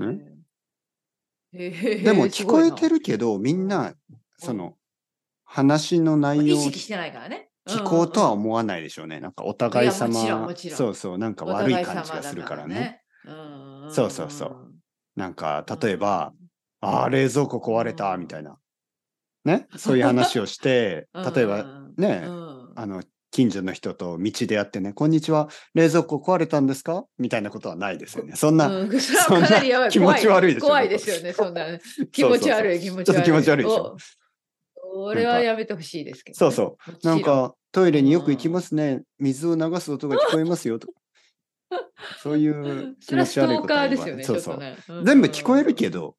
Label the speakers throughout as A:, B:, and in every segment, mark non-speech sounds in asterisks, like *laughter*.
A: うん
B: え
A: でも
B: ーす
A: 聞
B: ご
A: こ
B: い
A: え
B: な
A: てるけど、みんな、その、話の内容
B: 意
A: を
B: 識してないからね。
A: 聞こうとは
B: んんん
A: 思わないでしょうね。なんかお互い様、
B: いやもちろんもちろん
A: そうそう、なんか
B: お
A: 悪い
B: 互
A: 感じ
B: 様
A: が
B: だ
A: するからね。。
B: うんんんん
A: そうそうそう。なんか、例えば、ああ、冷蔵庫壊れた、みたいな。
B: *laughs*
A: ね、そういう話をして、
B: うんうん
A: 例えば、ね、
B: うん
A: あの、近所の人と道でやってね、こんにちは、冷蔵庫壊れたんですかみたいなことはないですよね。そんな、
B: うん、 *laughs* それはかなりやばい。
A: そんな
B: 怖
A: 気持ち悪いですよね
B: 怖いですよね、そんなね。気持ち悪い、気持ち悪い。
A: ちょっと気持ち悪いでしょ。
B: お俺はやめてほしいですけど、。
A: そうそうなん、か、トイレによく行きますね。水を流す音が聞こえますよ。と
B: *laughs*
A: かそういう気
B: それ
A: 持
B: はス
A: ち
B: ト
A: 悪
B: ー
A: いこと
B: カ
A: は
B: ー
A: 言
B: で
A: わ
B: す
A: ない
B: よね、
A: そう
B: ち
A: そ
B: ょっ
A: う
B: と。ね。うん
A: 全部聞こえるけ。ど、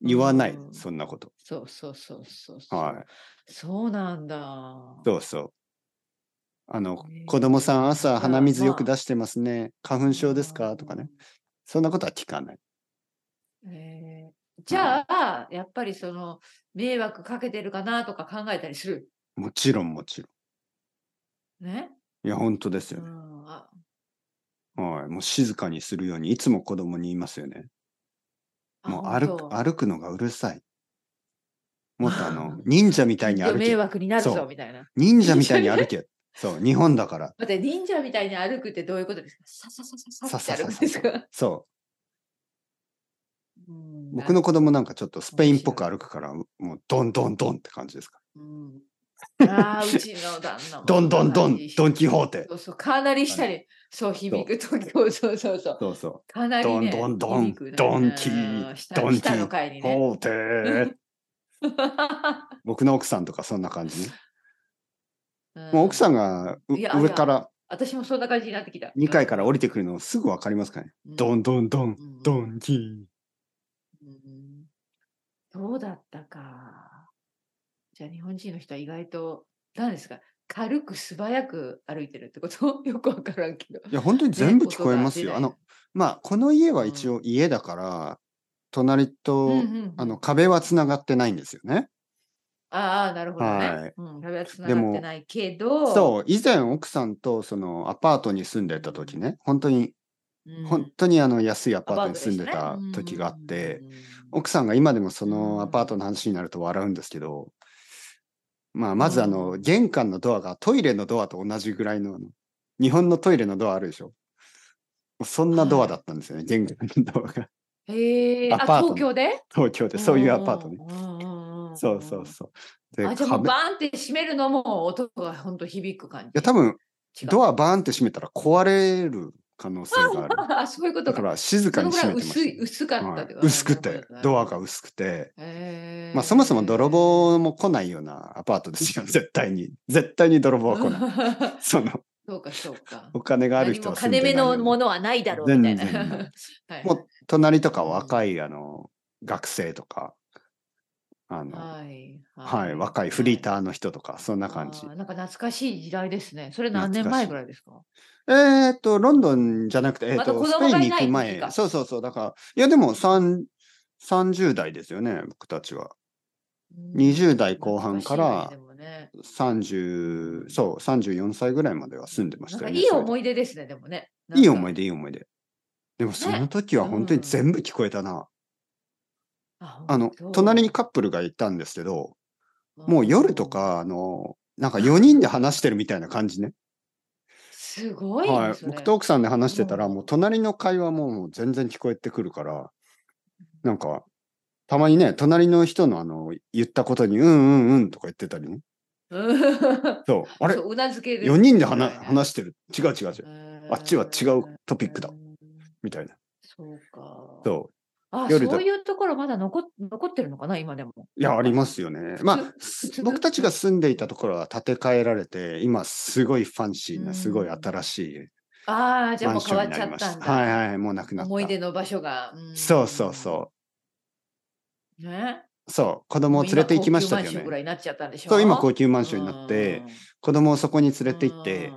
A: 言わない、
B: うん
A: そんなこと。
B: そうそうそうそうそう。。
A: はい
B: そうなんだ。
A: そうそう。あの
B: ね、
A: 子供さん
B: ま
A: 朝
B: あ
A: 鼻水よく
B: まあ
A: 出してますね。花粉症ですかとかね。そんなことは聞かない。
B: うん。えーじゃあ、やっぱりその、迷惑かけてるかなとか考えたりする。
A: もちろんもちろ
B: ね。
A: ん。いや、本当です
B: う
A: よね。
B: ん、あ
A: はい。もう静かにするように、いつも子供に言いますよね。
B: あ
A: もう
B: 本
A: 歩
B: 当
A: く歩くのがうるさい。もっとあ
B: *laughs*
A: の、忍者みたいに
B: 近所
A: 歩
B: 迷
A: け。
B: 惑になる
A: そ
B: ぞ
A: う
B: みたいな。
A: 忍者みた
B: *laughs*
A: いに歩け。そう、日本だから。
B: 待って、忍者みたいに歩くってどういうことですかさささささ
A: さ
B: って
A: さ
B: 歩くん
A: さ
B: ですか
A: そ
B: うん *laughs*
A: う。僕の子供なんかちょっとスペインっぽく
B: 面
A: 歩くから、もうドンドンドンって感じですか。
B: うんああ、うちの旦那も。
A: ドンドンドン
B: かなり、
A: ドンキホーテ。
B: そうそう、かなり下に、そう、響くとき、そうそうそうそう。
A: そうそう。
B: かなり、ね、
A: ドンドンドン
B: 響くね
A: ドンキ
B: うん下
A: ドンキ
B: 下の階にね。
A: ホーテ
B: *laughs*
A: ー。僕の奥さんとかそんな感じね。もう奥さん
B: が。
A: がう
B: いや
A: 上から、
B: 私もそんな感じになってきた。
A: 2階から降り
B: て、
A: てくるのすぐわかりますからね。
B: うん
A: ドンドンドン、
B: うん
A: ドンキー。
B: うんそうだったか。じゃあ日本人の人は意外と、何ですか、軽く素早く歩いてるってこと *laughs* よくわからんけど。
A: いや、本当に全部
B: ね
A: 聞こえますよ。あの、、まあ、この家は一応家だから、隣と、
B: 音が出ないうんうんうん
A: あの、壁はつながってないんですよね。
B: ああ、なるほどね。
A: はい
B: うん、壁はつな
A: で
B: がっ
A: も
B: てないけど、
A: そう、以前奥さんとそのアパートに住んでた時ね、本当に、
B: うん
A: 本当にあの安いアパートに
B: で
A: 住ん
B: した
A: で
B: ね
A: た時があって、、
B: うんうんうん
A: 奥さんが今でもそ
B: うん
A: のアパートの話になると笑うんですけど、まあ、まずあ
B: う
A: の、
B: ん
A: 玄関のドアがトイレのドアと同じぐらいの、あの日本のトイレのドアあるでしょ。そんなドアだったんですよね、玄関のドアが。 *laughs*
B: へえ、あ、
A: アパートの
B: 東京で
A: 東京で、そういうアパートね。
B: ね
A: そうそうそう。で、
B: あ、じゃあもう
A: 壁。い
B: バーンって閉めるのも音が本当響く感じ。
A: や、多分、
B: 違う
A: ドアバーンって閉めたら壊れる可能性がある。
B: あ、 *laughs* そういうこと
A: だ
B: か。
A: から、静かに
B: そ
A: 閉
B: の
A: め
B: ぐ
A: て
B: らい
A: ま
B: 薄い
A: し
B: 薄か
A: た。
B: った
A: は
B: っ
A: い
B: てこと
A: 薄くて、ドアが
B: へ
A: 薄くて、
B: え
A: まあそもそも泥棒も来ないようなアパートです
B: *laughs*
A: よ、絶対に。絶対に泥棒は来ない。その、
B: そうかそうか。
A: お金がある人は住んでない
B: 何も
A: よ
B: 金目
A: う
B: の
A: な
B: ものはないだろうみたいな。
A: 全然ない
B: *laughs* はい
A: もう隣とか若いあの学生とか、あの、
B: はい
A: はい、若いフリーターの人とか、そんな感じ
B: あ。ーなんか懐かしい時代ですね。それ何年前ぐらいですか
A: えーっと、ロンドンじゃなくて、えーっと、
B: まだ
A: ス
B: 子供
A: ペイ
B: が
A: ン
B: い
A: に
B: ない
A: 行く前
B: 時、か
A: そうそうそう、だから、いや、でも、三30代ですよね、僕たちは。20代後半から
B: 懐しいねでもね
A: 30、そう、34歳ぐらいまでは住んでま
B: な
A: し
B: ん
A: た
B: かい
A: よね。
B: い
A: それで
B: 思い出ですね、でもね。
A: いい思い
B: 出。
A: 出、いい思い出。でも、その時は本当に
B: うん
A: 全部聞こえたな。
B: あ
A: あの、隣にカップルがいたんですけど、もう夜と。
B: 本当
A: か、あの、なんか4人で話してるみたいな感じ
B: *laughs*
A: ね。
B: すごいね。
A: はい。
B: それ
A: 僕と奥さんで話してたら、
B: うん
A: もう隣の会話ももう全然聞こえてくるから、なんか、たまにね、隣の人のあの、言ったことに、うんうんうんとか言ってたりね。
B: うん
A: そう。あれ
B: そううなずける。
A: ?4 人で話
B: みたいな
A: 話してる。違う違う違う。あっちは違うトピックだ。
B: ん
A: みたいな。
B: そうか。
A: そ
B: あ
A: 夜だ
B: そういうところまだ残っ残ってるのかな、今でも。
A: う。いや、ありますよね。まあ、
B: 普 *laughs* 通
A: 僕たちが住んでいたところは建て替えられて、今すごいファンシー
B: う
A: な、
B: ん
A: すごい新しい
B: ああ、じゃあもう
A: マンシ
B: 変
A: ョ
B: わ
A: ン
B: っ
A: に
B: ち
A: な
B: ゃ
A: り
B: っ
A: ましたた。
B: んだ。
A: はいはい、もうなくなった。
B: 思い出の場所が。ん。
A: そうそうそう
B: ね。
A: う。そう。子供を連れて行きましたけ
B: もう今高級マンションぐらい
A: どね。
B: になっちゃったんでしょ
A: そう、今高級マンションになって、、子供をそこに連れて行って、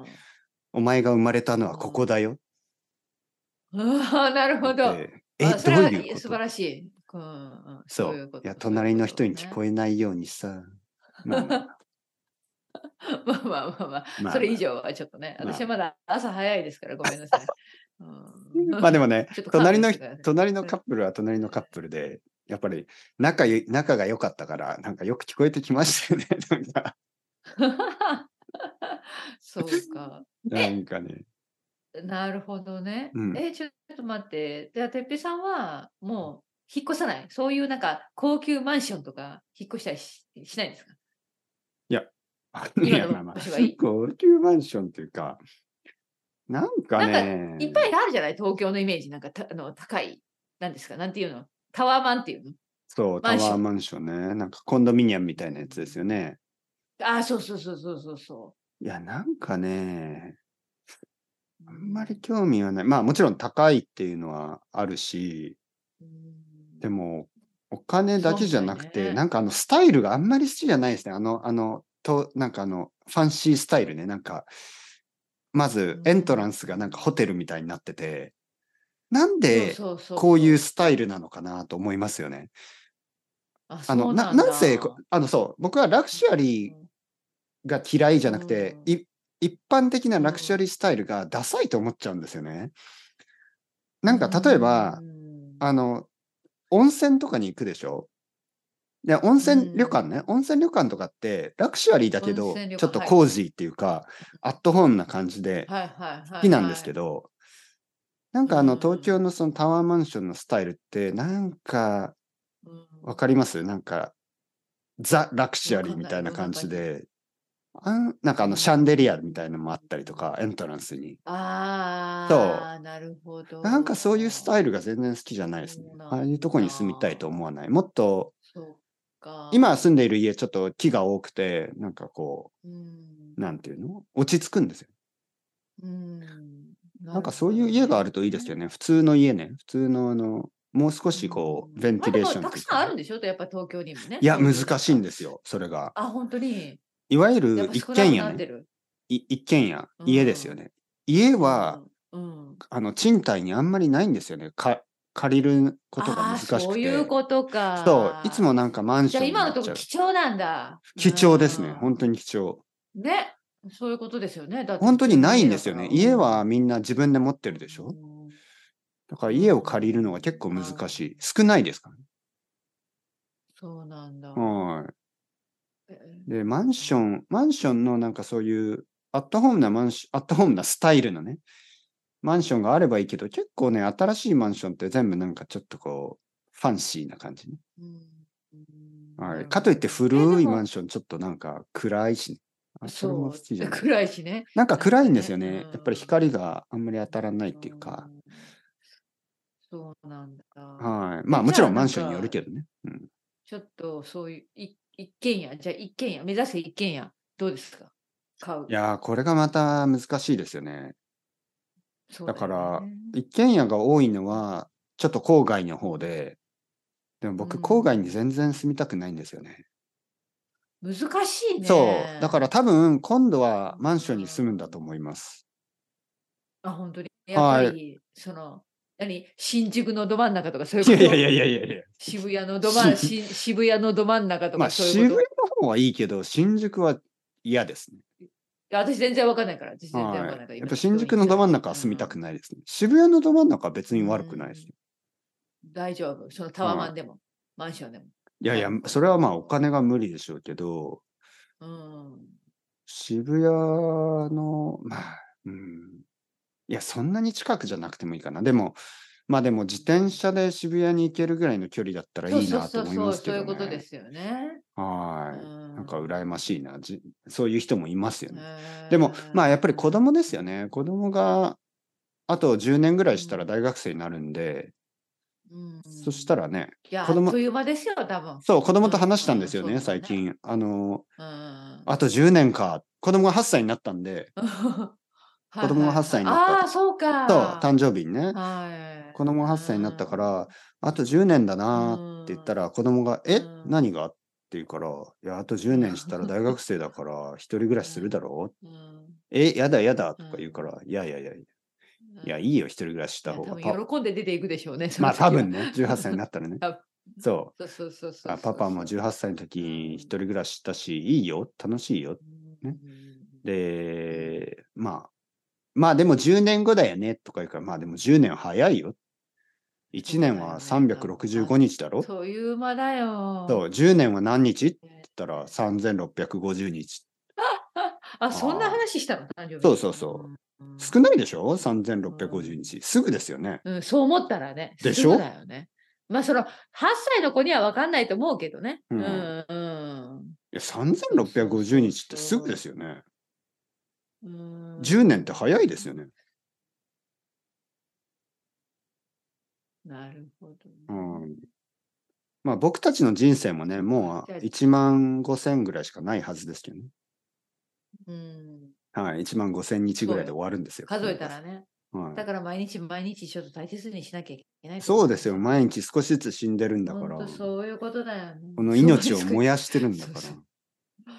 A: お前が生まれたのはここだよ。
B: うん。ああ、なるほど。
A: ってえ、
B: あそ
A: ど
B: れ
A: う
B: は
A: いうこ
B: 素
A: と
B: 晴らしい。うんうん、
A: そう。
B: い
A: い
B: こと
A: や、隣の人に聞
B: え
A: こえないようにさ。まあま
B: *laughs* まあ
A: あ
B: まあまあまあ、
A: まあ
B: それ以上はちょっとね、
A: まあ
B: 私はまだ朝早いですから、ごめんなさい。
A: まあで
B: も、
A: もね
B: *laughs* ちょっと、
A: 隣の
B: カップルですからね、
A: 隣のカップルは隣のカップルで、やっぱり仲ゆ、仲が良かったから、なんかよく聞こえてきましたよね。 *laughs* なんか、
B: *laughs* そうか。
A: なんかね。
B: なるほどね。
A: うん
B: え、ちょっと待って。じゃあ、てっぺいさんは、もう、引っ越さない。そういう、なんか、高級マンションとか、引っ越したりししないんですか
A: い
B: 今
A: や、まあ
B: の
A: まあ
B: 場所がいい。
A: 高級マンションというか、なんかね、
B: いっぱいあるじゃない東京のイメージ。なんかた、あの、高い、なんですかなんていうのタワーマンっていうの
A: そう、
B: マ
A: タワ
B: ンション
A: ーマンションね。なんかコンドミニアムみたいなやつですよね。
B: ああ、そうそうそうそうそうそ
A: いや、なんかね、
B: う。
A: あんまり興味はない。まあもちろん高いっていうのはあるし、
B: うん。
A: でも、お金だけじゃなく
B: そうみたい
A: て、
B: ね
A: なんかあのスタイルがあんまり好きじゃないですね。あの、あの、と、なんかあの、ファンシースタイルね。なんか、まず
B: うん
A: エントランスがなんかホテルみたいになってて、なんで
B: そうそうそう
A: こういうスタイルなのかなと思いますよね。
B: あ
A: あの、な、なんせこ、あの、そう、僕はラクシュアリーが嫌いじゃなくて、
B: うん
A: い一般的なラクシュアリースタイルがダサいと思っちゃうんですよね。なんか例えば、あの、温泉とかに行くでしょで、温泉旅館ね、温泉旅館とかってラクシュアリーだけ
B: 温
A: ど、
B: 泉旅館
A: ちょっと
B: はい
A: コージーっていうか、アットホームな感じで好
B: 好
A: きなんですけ
B: ど。
A: ど、なんかあの
B: うん
A: 東京のそのタワーマンションのスタイルって、なんかわかりますなんか、ザ・ラクシュアリーみたいな感じで、あんなんかあ
B: う
A: の
B: ん
A: シャンデリアみたいなのもあったりとか、エントランスに。
B: ああ、なるほど。
A: なんかそういうスタ
B: イ
A: イルが全然好きじゃないですね
B: そう。なんだ
A: ああいうとこに住みたいと思わない。もっと、
B: ル。そうか。
A: 今住んでいる家ちょっと木が多くて、なんかこ
B: うん
A: う、なんていうの落ち着くんですよ。
B: うん
A: なんかそういう家があるといいですよ
B: ね。
A: ね。普通の家ね。普通のあの、もう少しこ
B: う
A: う、
B: ん
A: ベンティレーション
B: まあでもた
A: とい
B: く
A: う
B: さんあ
A: か
B: るんでしょやっぱ東京にもね。。
A: いや、難しいんですすよ。それが。
B: あ、本当に。
A: いわゆ
B: やっ
A: る
B: ぱ
A: 一
B: 少なく
A: 軒
B: な
A: 家
B: っ
A: ね
B: て。る。
A: い一軒家、
B: うん
A: 家ですよね。家は、
B: うん、うん。
A: あの、賃貸にあんまりないんですよね。か借りることが
B: あ
A: 難
B: あ
A: しくて。
B: そういうことか。
A: そう、いつもなんかマンシ
B: じ
A: ョ
B: ゃあ
A: ンに
B: 今
A: な
B: の
A: っ
B: と
A: ち
B: ころ
A: ゃう。
B: 貴重なんだ。
A: 貴重ですね。
B: うん
A: 本当に貴重。
B: ね、そういうことですよね。だって
A: 本当にないんですよね。家は
B: っ
A: みんな自分で持っててるでしょだから家を借りるのが結構難しい。少ないですからね。
B: そうなんだ。
A: は
B: え
A: い。で、マンション、マンションのなんかそういう、アットホームなマンション、アットホームなスタイルのね、マンションがあればいいけど、結構ね、新しいマンションって全部なんかちょっとこう、ファンシーな感じね。
B: うんうん
A: は。
B: ないる
A: かといって古いマン
B: シ
A: ションちょっとなんか暗いしね。あそれも好きじ
B: *laughs*
A: ゃない。
B: 暗いしね。
A: なんか暗いんですよね。
B: うん
A: やっぱり光があんまり当たらないっていうか。
B: ん。そうなんだ。
A: はい。
B: じゃ
A: まあ
B: あ
A: もちろん
B: なんか
A: マンションによるけどね。うん、
B: ちょっとそういうい一軒家、じゃあ一軒家、目指せ一軒家、どうですか買う。
A: いやー、これがまた難しいですよね。
B: そう
A: だ
B: よね
A: から、一軒家が多いのは、ちょっと郊外の方で、でも僕、
B: うん
A: 郊外に全然住みたくないんですよね。
B: 難しいね。
A: そう。だから多分、今度は
B: うん
A: マンションに住むんだと思います。
B: あ、本当に。やっぱり、その、何、新宿のど真ん中とかそういうこと。
A: いやいやいや。
B: 渋谷のど真んし渋谷のど真ん中と
A: ま
B: か
A: あ、
B: そう
A: 渋
B: いう
A: 谷
B: こ
A: の
B: と。
A: 方はいいけど、新宿は嫌ですね。
B: いや私全然わかんないから。私全然わかんないから。
A: はい。や
B: 今
A: っぱ新宿のど真ん中は住みたくないですね。渋谷のど真ん中は別に悪くないですね。
B: うん大丈夫。そのタワマンでも、マンションでも。
A: いやいや、それはまあお金が無理でしょうけど、
B: うん。
A: 渋谷の、まあ、うん。いや、そんなに近くじゃなくてもいいかな。でも、まあでも自転車で渋谷に行けるぐらいの距離だったらい
B: そう
A: い
B: そう
A: なと
B: そう
A: 思い
B: そ
A: ま
B: う、
A: すけ
B: そうい
A: ど、ね。
B: うことですよね。
A: は
B: う
A: い。
B: ん
A: なんか羨ましいな。じそういう人もいますよね。
B: ね
A: でも、まあやっぱり子供ですよね。子供が、あと10年ぐらいしたら大学生になるんで、
B: うん
A: そしたらね、
B: いや、
A: 子供
B: あっという間ですよ、多分。
A: そう、子供と話したんですよ
B: うん
A: ね、
B: うんそうだ
A: 最
B: ね
A: 近。あの、
B: うん。
A: あ
B: *laughs*
A: と10年か。子供が8歳になったんで、
B: 子
A: 子供が8歳になった
B: ああー、そうか。
A: そう、誕生日にね、
B: はい。
A: 子供が8歳になったから、あと10年だなーって言ったら、子供が、え
B: うん
A: 何がって言うから、いや、あと10年したら大学生だから、一人暮らしするだろ
B: うん、うん
A: うえ、やだ
B: *laughs*
A: やだとか言うから、いやいやいや、い
B: うん
A: や、いいよ、一人暮らしした方が
B: いや
A: パ
B: 多。分喜んで出ていくでしょうね。その
A: まあ
B: 時は
A: 多分。ね、18歳になったら
B: *laughs*
A: ね
B: 多分。
A: そ
B: そうそうそう
A: う。
B: そう
A: あパパも18歳の
B: うん
A: 時、一人暮らししたし、いいよ、楽しいよ。
B: うん
A: ねで、まあ、まあでも10年後だよねとか言うから、まあでも10年は早いよ。1年は
B: そうだよね
A: 365日だろ
B: そういう間だよ。
A: そう、10年は何日って言ったら3650日。
B: *laughs* あ、そんな話したの誕生日
A: そうそうそ
B: うん。
A: 少ないでしょ ?3650 日。すぐですよね。
B: うん、そう思ったらね。
A: でしょ
B: すぐだよね。まあその8歳の子には分かんないと思うけどね。
A: うん
B: うんうん
A: いや、3650日ってすぐですよね。
B: うん
A: 10年って早いですよね。
B: なるほどね、
A: うん。まあ僕たちの人生もね、もう1万5千ぐらいしかないはずですけどね。
B: うん
A: はい、1万5千日ぐらいで終わるんですよ。
B: 数えたらね。
A: はい
B: だから毎日毎日ちょっと大切にしなきゃいけない。
A: そうですよ。毎日少しずつ死んでるんだ
B: だ
A: か
B: からら。、そういうことだよね。
A: この命を燃
B: や
A: やしてるんだか
B: そうそう
A: ら。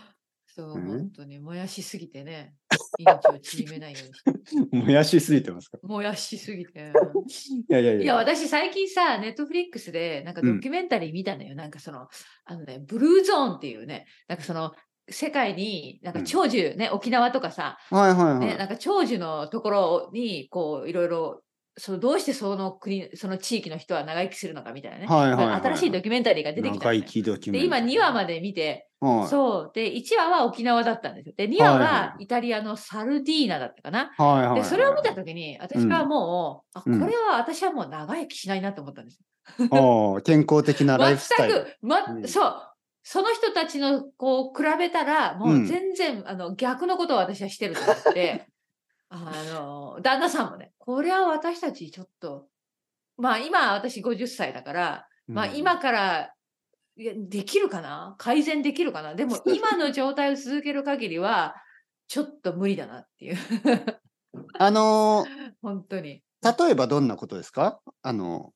B: そう、
A: うん
B: 本当に燃やしすぎてね。 *laughs* 命を縮めないようにして。
A: *laughs* 燃やしすぎてますか
B: 燃やしすぎ
A: *laughs*
B: て。
A: いやいやいや。
B: いや、私最近さ、ネットフリックスで、なんか
A: うん
B: ドキュメンタリー見たのよ。なんかその、あのね、ブルーゾーンっていうね、なんかその、世界に、なんか長寿、ね、沖縄とかさ、
A: はいはいはい。
B: ね、なんか長寿のところに、こう、いろいろ、そのどうしてその国、その地域の人は長生きするのかみたいなね。
A: はいはいはい
B: なんか新しいドキュメンタリーが出てきたの
A: 長
B: よ。
A: 生きドキュメン
B: で、今2話まで見て、
A: はい、
B: そう。で、1話は沖縄だったんですよ。で、2
A: は
B: 話
A: いは
B: はイタリアのサルディーナだったかな。
A: はいはいはい
B: で、それを見たときに、私はもう、
A: うん
B: あ、これは私はもう長生きしないなと思ったんです。
A: ああ健康的なライフスタイ
B: 全
A: ル。
B: く、ま
A: うん
B: そう。その人たちのこう比べたら、もうんう全然、あの逆のことを私はしてると思
A: *laughs*
B: って、あの、旦那さんもね、これは私たちちょっと、まあ今私50歳だから、まあ
A: うん、
B: 今から、いやできるかな改善できるかなでも今の状態を続ける限りは、ちょっと無理だなっていう、 *laughs*
A: あの
B: 本当に。
A: ー例えばどんなことですかあの、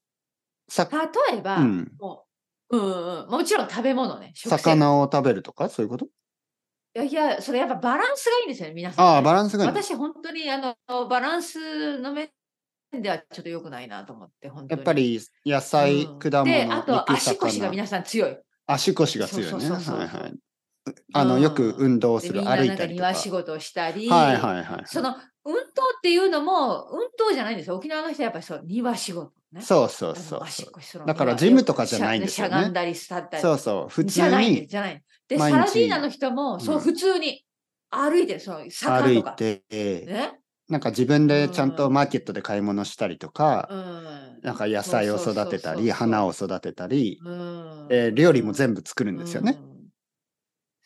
A: さ、
B: 例えば、
A: うん、
B: もう、うんうん、もちろん食べ物ね、食生活
A: 魚を食べるとかそういうこと
B: いやいや、それやっぱバランスがいいんですよね、皆さんね、
A: ああ、バランスがいいの。
B: 私、本当にあのバランスの面ではちょっと良くないなと思って、本当
A: や
B: に。
A: っぱり野菜、
B: うん
A: 果物、
B: で、あと
A: 肉
B: 足腰が
A: 魚。
B: 皆さん強い。
A: 足腰が強い
B: そう
A: ね。
B: そうそうそう
A: はいはい。あの、よく運動す
B: で、
A: る、
B: みんな
A: 歩
B: ないんか
A: たりとか。
B: 庭仕
A: はい
B: 事をしたり、
A: はいはいはい。
B: その運動っていうのも、運動じゃないんですよ。沖縄の人はやっぱりそう庭仕事、ね。
A: そうそうそ
B: あの
A: う
B: 足
A: そう。
B: 腰するの
A: だから
B: 庭
A: ジムとかじゃないんです
B: し
A: よ
B: ゃ
A: ね
B: しゃがんだり立ったり。
A: そうそう。普
B: じ
A: 通
B: ゃないんです
A: に
B: じゃない。で、
A: 毎日
B: サラディーナの人も、そうう、
A: ん
B: 普通に歩いてる、その坂
A: 歩
B: と
A: い
B: か。
A: て、
B: ね。
A: なんか自分でちゃんと
B: うん
A: マーケットで買い物したりとか、
B: うん。
A: なんか野菜を育てた
B: そうそうそうそ
A: り、
B: う
A: 花を育てたり、
B: うん
A: えー料理も全
B: 部
A: 部作るんですよね。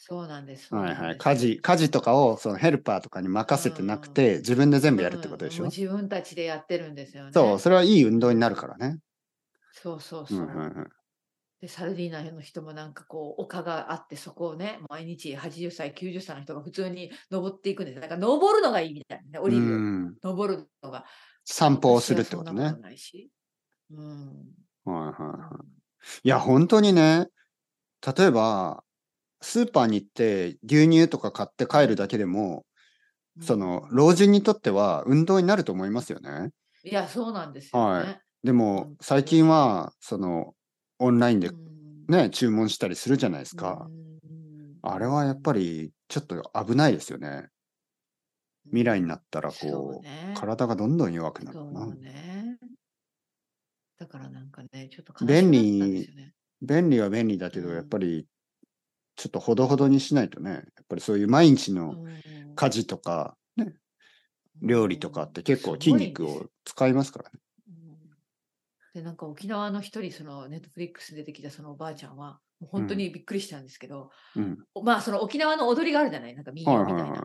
B: そうなんです。
A: はいはい。家事、家事とかをそのヘルパーとかに任せてなくて、自分で全部やるってことで
B: う
A: し
B: んも
A: ょ
B: う自分たちでやってるんですよね。
A: そう、それはいい運動になるからね。
B: そうそう
A: う
B: そ
A: んう
B: う。
A: んうん
B: で、サルディーナの人もなんかこう、丘があって、そこをね、毎日80歳、90歳の人が普通に登っていくんです。なんか登るのがいいみたいなね、降
A: う
B: りるより。
A: ん。
B: 登るのが。
A: 散歩をするってこと
B: 私
A: ね。
B: はそんな
A: はい
B: とないし。うん。
A: はいはい。いや、本当にね、例えば、スーパーに行って牛乳とか買って帰るだけでも、その、老人にとっては運動になると思いますよね。
B: いや、そうなんですよ
A: はい
B: ね。
A: でも
B: 本、当
A: 最近は、その、オンラインで
B: うん
A: ね、注文したりするじゃないですか。
B: うん
A: あれはやっぱり、ちょっと危ないですよね。未来になったら、
B: そう
A: こ
B: ね
A: う、体がどんどん弱くなるか
B: そ
A: な
B: う。ね。だからなんかね、ちょっと
A: 便利
B: 悲しくなったんですよね
A: 便利は便利だけど、
B: うん
A: やっぱり、ちょっとほどほどにしないとね、やっぱりそういう毎日
B: う
A: の
B: ん
A: 家事とか、ね、料理とかって結構
B: うん
A: 筋
B: す
A: 肉
B: ごいん
A: を
B: で
A: 使いますからね。
B: すようんで、なんか沖縄の一人、そのネットフリックス出てきたそのおばあちゃんは、もう本当にびっくりしたんですけど、
A: うん。
B: まあその沖縄の踊りがあるじゃない、なんか民
A: はい
B: 謡
A: は
B: み
A: い
B: たいな。
A: はい。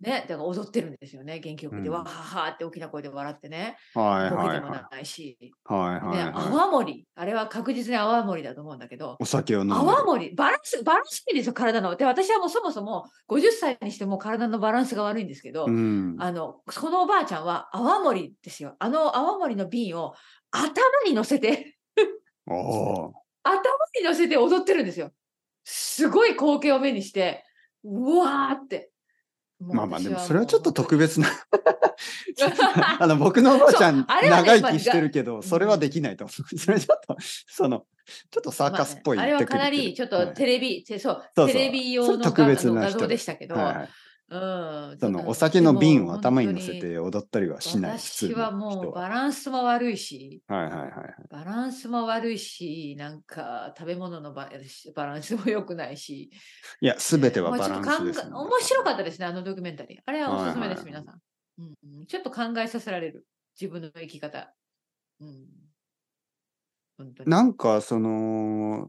B: ね、だから踊ってるんですよね、元気よくで、
A: うん
B: わははって大きな声で笑ってね、
A: はい
B: ボケ
A: は
B: て
A: い
B: も
A: はい。
B: ないし、
A: はいはい
B: ね、
A: はい。
B: 泡盛り、あれは確実に泡盛りだと思うんだけど、
A: お酒を飲んでる。
B: 泡盛り、バランス、バランスいいですよ、体の。で、私はもうそもそも50歳にしてもう体のバランスが悪いんですけど、
A: うん。
B: あの、そのおばあちゃんは泡盛りですよ。あの泡盛りの瓶を頭に乗せて、 *laughs*
A: おお
B: 頭に乗せて踊ってるんですよ。すごい光景を目にして、うわーって。
A: ー。まあまあでもそれはちょっと特
B: 別。
A: 別な。 *laughs* あ
B: *laughs*
A: の僕のおばあちゃん、
B: あれはね
A: 長生きしてるけど、
B: あ
A: それはできないと思う。 *laughs* それちょっと、その、ちょっとサーカスっぽい
B: まあねあれは
A: テク
B: か
A: ニッ
B: な
A: クで
B: りちょっと
A: はい
B: テレビ、てそう
A: そうそう
B: テレビ用の
A: それ特
B: 画
A: 別
B: あの
A: な
B: 画
A: 人
B: 像でしたけど、
A: はいはい
B: うん。
A: そ
B: だか
A: の
B: ら
A: お酒の瓶を頭に
B: でも
A: 乗せて踊ったりはしない。
B: 私はもう
A: は
B: バランスも悪いし、
A: いはいはい。
B: バランスも悪いし、なんか食べ物のババランスも良くないし、
A: いや、すべては
B: まあ
A: バ
B: ちょ
A: ラ
B: っ
A: ン
B: と考
A: ス
B: え
A: です、ね。
B: 面白かったですね、あのドキュメンタリー。あれはおすすめです、
A: はいはい
B: 皆さん、うんうん。ちょっと考えさせられる、自分の生き方。うん、本当に
A: なんか、その、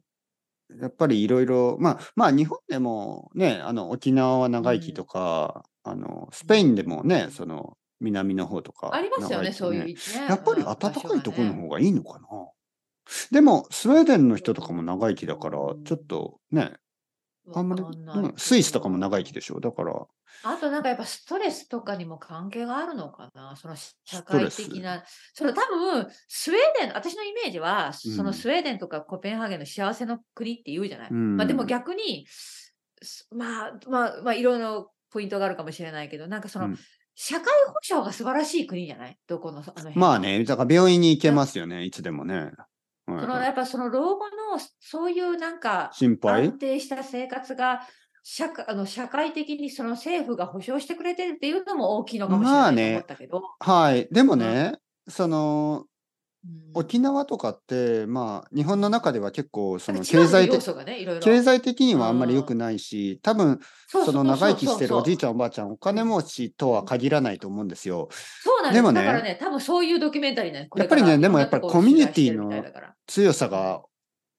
A: やっぱりいろいろ、まあ、まあ、日本でもね、あの、沖縄は長生きとか、あの、スペインでもね、その、南の方とか。
B: ありますよね、
A: 長生き
B: そういう、ね。
A: やっぱり
B: うん
A: 暖かいところの。
B: 場所がね
A: 方がいいのかな。でも、スウェーデンの人とかも長生きだから、ちょっとね、あんまり、
B: わかない
A: うんスイスとかも長生きでしょ。だから、
B: あとなんかやっぱストレスとかにも関係があるのかなその社社
A: トレ
B: 会
A: ス
B: 的な。その多分、スウェーデン、私のイメージは、そのスウェーデンとかコペンハーゲンの幸せの国って言うじゃない、
A: うん
B: まあでも逆に、すまあまあ、まあいろいろポイントがあるかもしれないけど、なんかその、
A: うん
B: 社会保障が素晴らしい国じゃないどこの、あの辺
A: まあ。ね、だから病院に行けますよね、いつでもね。はい
B: その
A: はい
B: やっぱその老後のそういうなんか
A: 心配
B: 安定した生活が社会あの社会的にその政府が保障してくれてるっていうのも大きいのかもしれ
A: ま
B: な
A: あ
B: い
A: ね
B: と思ったけど、
A: はい。でもね、その、
B: うん
A: 沖縄とかって、まあ、日本の中では結構、その、
B: なん
A: 経
B: か違う
A: 済
B: 要
A: 的、
B: 素がね、いろいろ
A: 経済的にはあんまり良くないし、多分、
B: そう
A: その長生きしてるおじい
B: ち
A: ちゃんおばあちゃん、お金持ちとは限らないと思うんですよ。
B: ゃん。そうなんです
A: でもね
B: だからね、多分そういうドキュメンタリーね。
A: やっぱりねでもやっぱりコミュニティの
B: の。
A: 強さが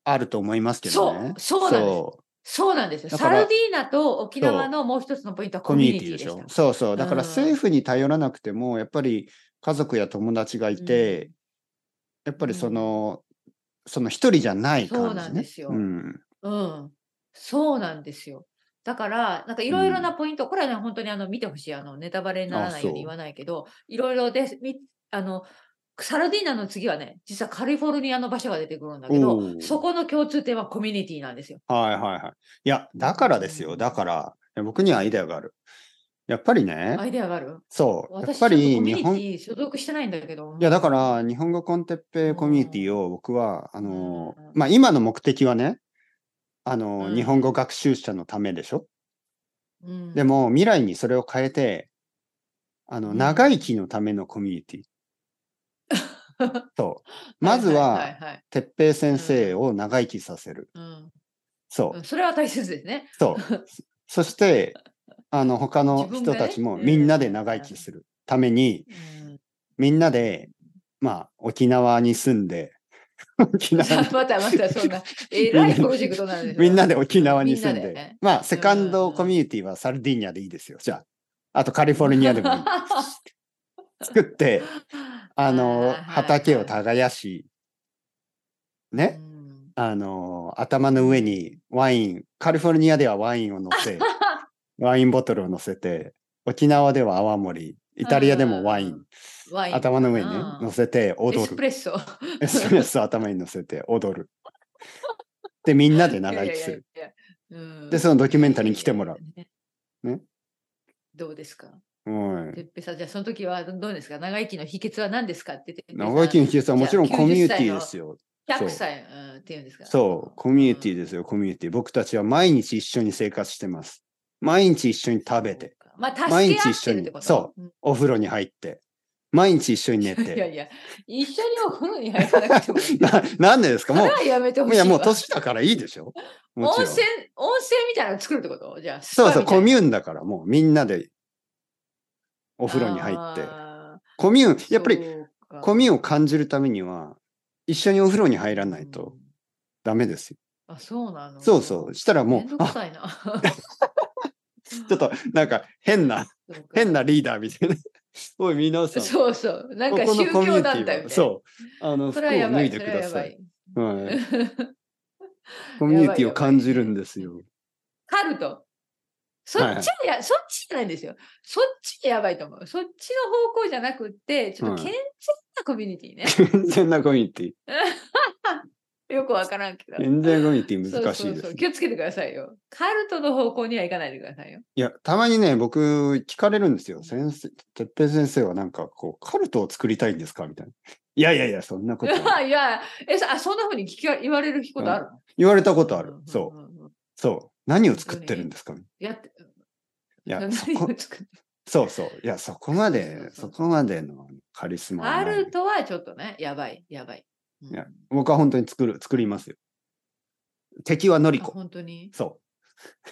A: あると思いますけどね。
B: そうそうなんです
A: そう
B: そうなんですよ。
A: だ
B: サ
A: から
B: ルディーナと沖縄のもう一つのポイントは
A: コ
B: コ
A: ミ
B: ミュ
A: ュニ
B: ニ
A: テ
B: テ
A: ィ
B: ィ
A: で
B: で
A: し
B: した
A: ょ。。そうそう。だから
B: うん
A: 政府に頼らなくても、やっぱり家族や友達がいて、
B: うん
A: やっぱりその、その一人じゃない感じ、ね。
B: そうなんですよ
A: うん。
B: うん、そうなんですよ。だから、なんかいろいろなポイント、これはね、本当にあの見てほしい、あのネタバレにならないように
A: あそ
B: 言
A: う
B: わないけど、いろいろです、みあの、サルディーナの次はね、実はカリフォルニアの場所が出てくるんだけ
A: お
B: ど、
A: ー
B: そこの共通点はコミュニティなんですよ。
A: はいはいはい。いや、だからですよ。だから、いや僕にはアイデアがある。やっぱりね、
B: アイデアがある
A: そう。やっ
B: 私、
A: ぱ
B: ちょっと
A: り
B: コミュ
A: 日
B: ニ
A: 本、
B: テ
A: い
B: ィ所属してないんだけど。
A: や、だから、日本語コンテッペイコミュニティを僕は、あの、まあ今の目的はね、あの、
B: うん
A: 日本語学習者のためでしょ
B: うん、
A: でも未来にそれを変えて、あ
B: う
A: の、
B: ん
A: 長生きのためのコミュニティ。
B: *laughs*
A: そう。まず
B: いい
A: は、
B: いはい
A: 哲平先生を長生きさせる。
B: うん
A: そうう。
B: んそれは大切ですね。 *laughs*
A: そう。そして、あの、他の
B: 自分
A: 人
B: がね
A: たちも
B: うん
A: みんなで長生きするために、
B: うん
A: *laughs* みんなで、まあ、沖縄に住ん
B: *laughs*
A: で、沖
B: また
A: 縄に
B: また、そんな、えらいプロジェクトなんですよ
A: みんなで沖縄に住ん
B: みん
A: で。
B: なでね
A: まあ、セカン
B: うん
A: ド
B: うん
A: コミュニティはサルディーニャでいいですよ。じゃあ。あとカリフォルニアで
B: *laughs*
A: もいい。作って、あの、畑を耕し、
B: ね
A: ね、あの、頭の上にワイン、カリフォルニアではワインを乗
B: *laughs*
A: せ、ワインボトルを乗せて、沖縄では泡盛、イタリアでもワイン、
B: ワイン
A: 頭の上にね、
B: うん
A: 乗せて
B: エ
A: 踊
B: スプ *laughs*
A: る。
B: レッソ
A: エスプレッソを頭に乗せて踊る。で、みんなで長
B: い
A: 生
B: や
A: き
B: いや
A: す
B: い
A: る。
B: やうん
A: で、そのドキュメンタリーに来てもらう。ね
B: どうですか
A: うん
B: てっぺいさん、じゃあその時はどうですか長生きの秘訣は何ですかっててっぺいさん
A: 長生きの秘訣はもちろん
B: じゃあ
A: コミュニテ
B: 90歳
A: ィ
B: の
A: ですよ。そう
B: 100歳、うん、っていうんですか
A: そう、コミュニティ
B: で
A: ですよ、コミュニティ。僕たちは毎日一緒に生活してます。毎日一緒に食べて、。
B: まあ、
A: 毎
B: 助
A: 日
B: け合
A: 一緒
B: って
A: に
B: るってこと
A: そ
B: うん。
A: お風呂に入って、毎日一緒に寝
B: いや
A: て。
B: いや、一緒にお風呂に入らなくてもいい。そ
A: *laughs* ななんでですかも
B: れ *laughs* はやめてほ
A: う、
B: し
A: い
B: いわ。
A: や、もう年だからいいでしょもち
B: 温
A: ろん。
B: 泉、温泉みたいなの作るってことじゃあ、
A: そうそう、コ
B: ュ
A: ミューンだから、もうみんなでお
B: お
A: 風呂に入って。コミューン、やっぱりコミューンを
B: を
A: 感じるためには、一緒にお風呂に入らないと。ダメですよ。
B: あ、そうなの
A: そうそう。したら
B: め
A: も
B: ん
A: う
B: ど、く
A: あ、
B: さいな。
A: ちょっとなんか変な、
B: そうか
A: 変なリーダーみたいな。 *laughs* おい、皆さん。
B: そうそう。なんか
A: ここの
B: 宗
A: コミュ
B: 教
A: ニテ
B: 団体み
A: ィは
B: たいな。
A: そう。あ
B: そ
A: の、服
B: れ
A: を
B: はやば
A: 脱い
B: い。
A: で
B: そ
A: く
B: れは
A: だ
B: や
A: さ
B: ば
A: い。
B: い。
A: はい。
B: *laughs*
A: コミュニティを感じるんですよ。
B: カルト。そっちはや、そっちじゃないんですよ。そっちやばいと思う。そっちの方向じゃなくって、ちょっと
A: は
B: 健
A: い
B: 全なコミュニティね。
A: *laughs* 健全なコミュニティ。
B: よくわからんけど。
A: 健全コミュニティ難しい
B: そうそ
A: で
B: うそう
A: す。
B: 気をつけてくださいよ。カルトの方向には行かないでくださいよ。
A: いや、たまにね、僕、聞かれるんですよ。先生、てっぺい先生はなんか、こう、カルトを作りたいんですかみたいな。いやいやいや、そんなことは。
B: *laughs* いや、えそあそんなふうに聞か言われることあるの
A: 言われたことある
B: うん。
A: そう。
B: うんうんうん
A: そう。何を作ってるんですか
B: やって
A: いや、
B: 何
A: そこ
B: を、作る
A: そうそう。いや、そこまで、
B: そうそ
A: そうこまでのカリスマはな
B: あ
A: い
B: るとはちょっとね、やばい、やばい。うん
A: いや僕は本当に作る、作りますよ。敵はのり
B: あ
A: こ。
B: 本当に *laughs*
A: そ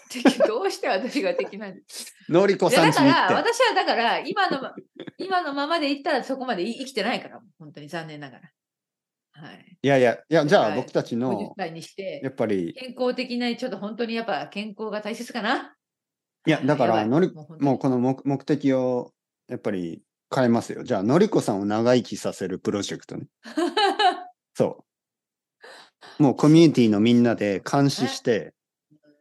B: 敵どうして私が敵なん
A: *laughs*
B: です
A: う。のりこ
B: いや
A: さん
B: だ
A: ち
B: か
A: に
B: ら、
A: 行って。
B: 私はだから、今のま、 *laughs* 今のままでいったらそこまでい生きてないから、本当に残念ながら。はい。
A: いやいや、いや、じゃ
B: は
A: あ
B: い
A: 僕たち
B: 50
A: の、
B: 歳にして
A: や、っぱり、
B: 健康的な、ちょっと本当にやっぱ健康が大切かな。
A: いや、だか
B: やば
A: ら、
B: い
A: のり、
B: もう本当に
A: もうこの目目的を、やっぱり変えますよ。じゃあ、のりこさんを長生きさせるプロジェクトね。
B: *laughs* *sighs*
A: そう。もうコミュニティのみんなで監視して、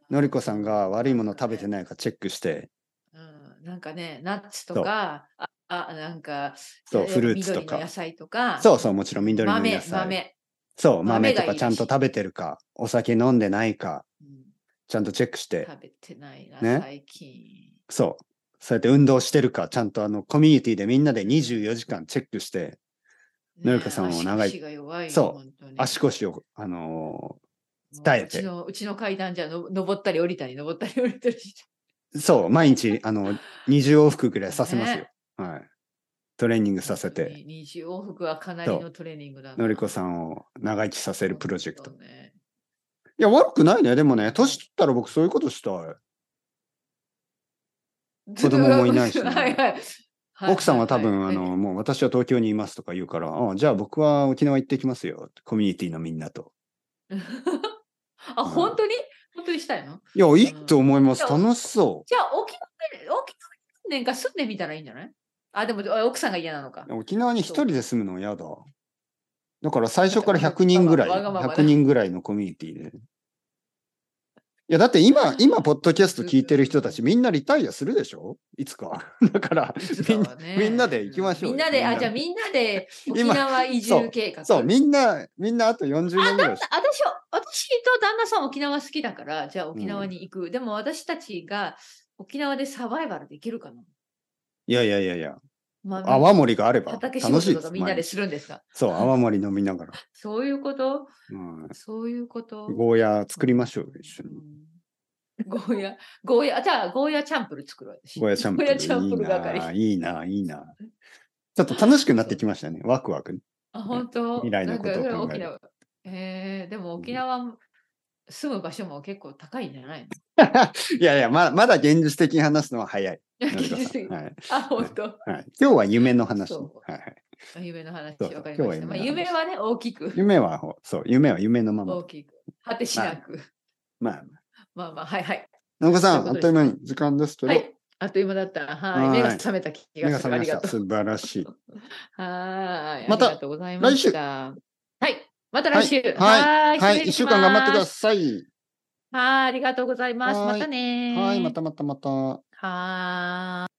A: のりこさんが悪いもの食べてないかチェックして、
B: うんなんかね、ナッツとか、ああ、なんか、
A: そう、
B: え
A: フルーツと
B: 緑の
A: か
B: 野。菜とか、
A: そうそう、もちろん緑の
B: 豆、
A: 野菜。
B: 豆。
A: そう、
B: 豆
A: 豆
B: が
A: と
B: いい
A: から
B: しい
A: ちゃんと食べてるか、お酒飲んでないか、
B: うん
A: ちゃんとチェックして、
B: 食べてないな、
A: ね
B: 最近。
A: そう、そうやって運動してるか、ちゃんとあの、コミュニティでみんなで24時間チェックして、のりこさんも長い
B: 足腰が弱いよ
A: そう
B: 本当に
A: 足腰を、あの
B: もう
A: 伝えて
B: うちのうちの階段じゃの登ったり降りたり登ったり降りたりして
A: ーそう、毎日、あの、20往復ぐらいさせますよ。
B: ね
A: はい。トレーニングさせ
B: 本当
A: て、
B: に二十往復はかなりのトレーニングだな
A: のりこさんを長生きさせるプロジェクト
B: そ。うね
A: いや、悪くないね。でもね、年取ったら僕そういうことしたい。子供もいないしね
B: はいはいはい
A: 奥さんは多分、
B: は
A: あ
B: いはい
A: の、もう私は東京にいますとか言うから、あじゃあ僕は沖縄行ってきますよ。コミュニティのみんなと。
B: *laughs* あ本当に本当にしたいの
A: いや、いいと思います。
B: うん
A: 楽しそ
B: じゃあ沖縄で沖縄で何年か住んでみたらいいんじゃないあでもあ奥さんが嫌なのか
A: う。沖縄に一人で住むの嫌だ。だから最初から
B: なんか
A: 100人ぐらい、
B: わがままだ
A: 100人ぐらいのコミュニティで。いや、だって今、今、ポッドキャスト聞いてる人たち、みんなリタイアするでしょいつか。 *laughs* だから、みんな、みんなで行きましょう
B: み
A: よ
B: んな
A: み
B: で
A: んな
B: あ
A: で
B: じゃあみんなで沖
A: 今
B: 縄移住計画
A: そう、みんな、みんなあと40
B: あ、
A: 年ぐ
B: 旦
A: ら
B: 那 *laughs*
A: いし。
B: 私は、私と旦那さん沖縄好きだから、じゃあ沖縄に行く。でも私たちが沖縄でサバイバルできるかな。
A: いやいやいやいや、
B: まあ
A: 泡盛があれば楽
B: 畑
A: し
B: 仕
A: い
B: 事
A: で
B: とか
A: す。
B: みんな
A: 毎
B: で
A: 日
B: するんですか
A: そう、泡盛飲みながら。
B: そういうこと
A: うん
B: そういうこと
A: ゴーヤー作りましょうよ、一緒に。
B: うんゴーヤ、ゴーヤ、あじゃあゴーヤチャンプル作ろう。私
A: ゴーヤチャンプル。
B: ゴーヤチャンプル係
A: いいな、いいな、いいな。ちょっと楽しくなってきましたね。ワクワク。
B: あ、本当
A: 未来のことを考える
B: なんかそれは沖縄えーでも沖縄、住む場所も結構高いんじゃないの
A: いやいや、ままだ現実的に話すのは早い。のりこ
B: 現実
A: さ
B: 的 *laughs*
A: んはい
B: あ、本当。
A: はい今日は夢の話ね。
B: そう
A: はいはい
B: あ夢の話、
A: そうそう
B: わかりました。
A: 今
B: まあ、
A: 日は夢
B: 夢
A: の話
B: はね、大きく、
A: 夢は、ほそう、夢は夢のまま
B: 大。きく、果てしなく。
A: まあ、
B: まあまあ、はいはい。
A: のりこさん、
B: そ
A: あ
B: う
A: っ
B: いうことと
A: い
B: です
A: う間に時間ですけど、
B: はい。あっという間だった。はい。
A: は
B: 目
A: い
B: が覚めた気
A: 目が
B: がす
A: 覚
B: る。
A: め
B: ありが
A: ました。
B: とう。
A: 素晴らしい。
B: はい。
A: また
B: ありがとうございました。はい。また来週。
A: は
B: ー
A: い、はい、
B: 失礼
A: 一
B: し
A: 週
B: ます
A: 間頑張ってください。
B: はい。ありがとうございます。
A: はー
B: ま
A: い
B: たねー。
A: はい、またまたまた。
B: はーい。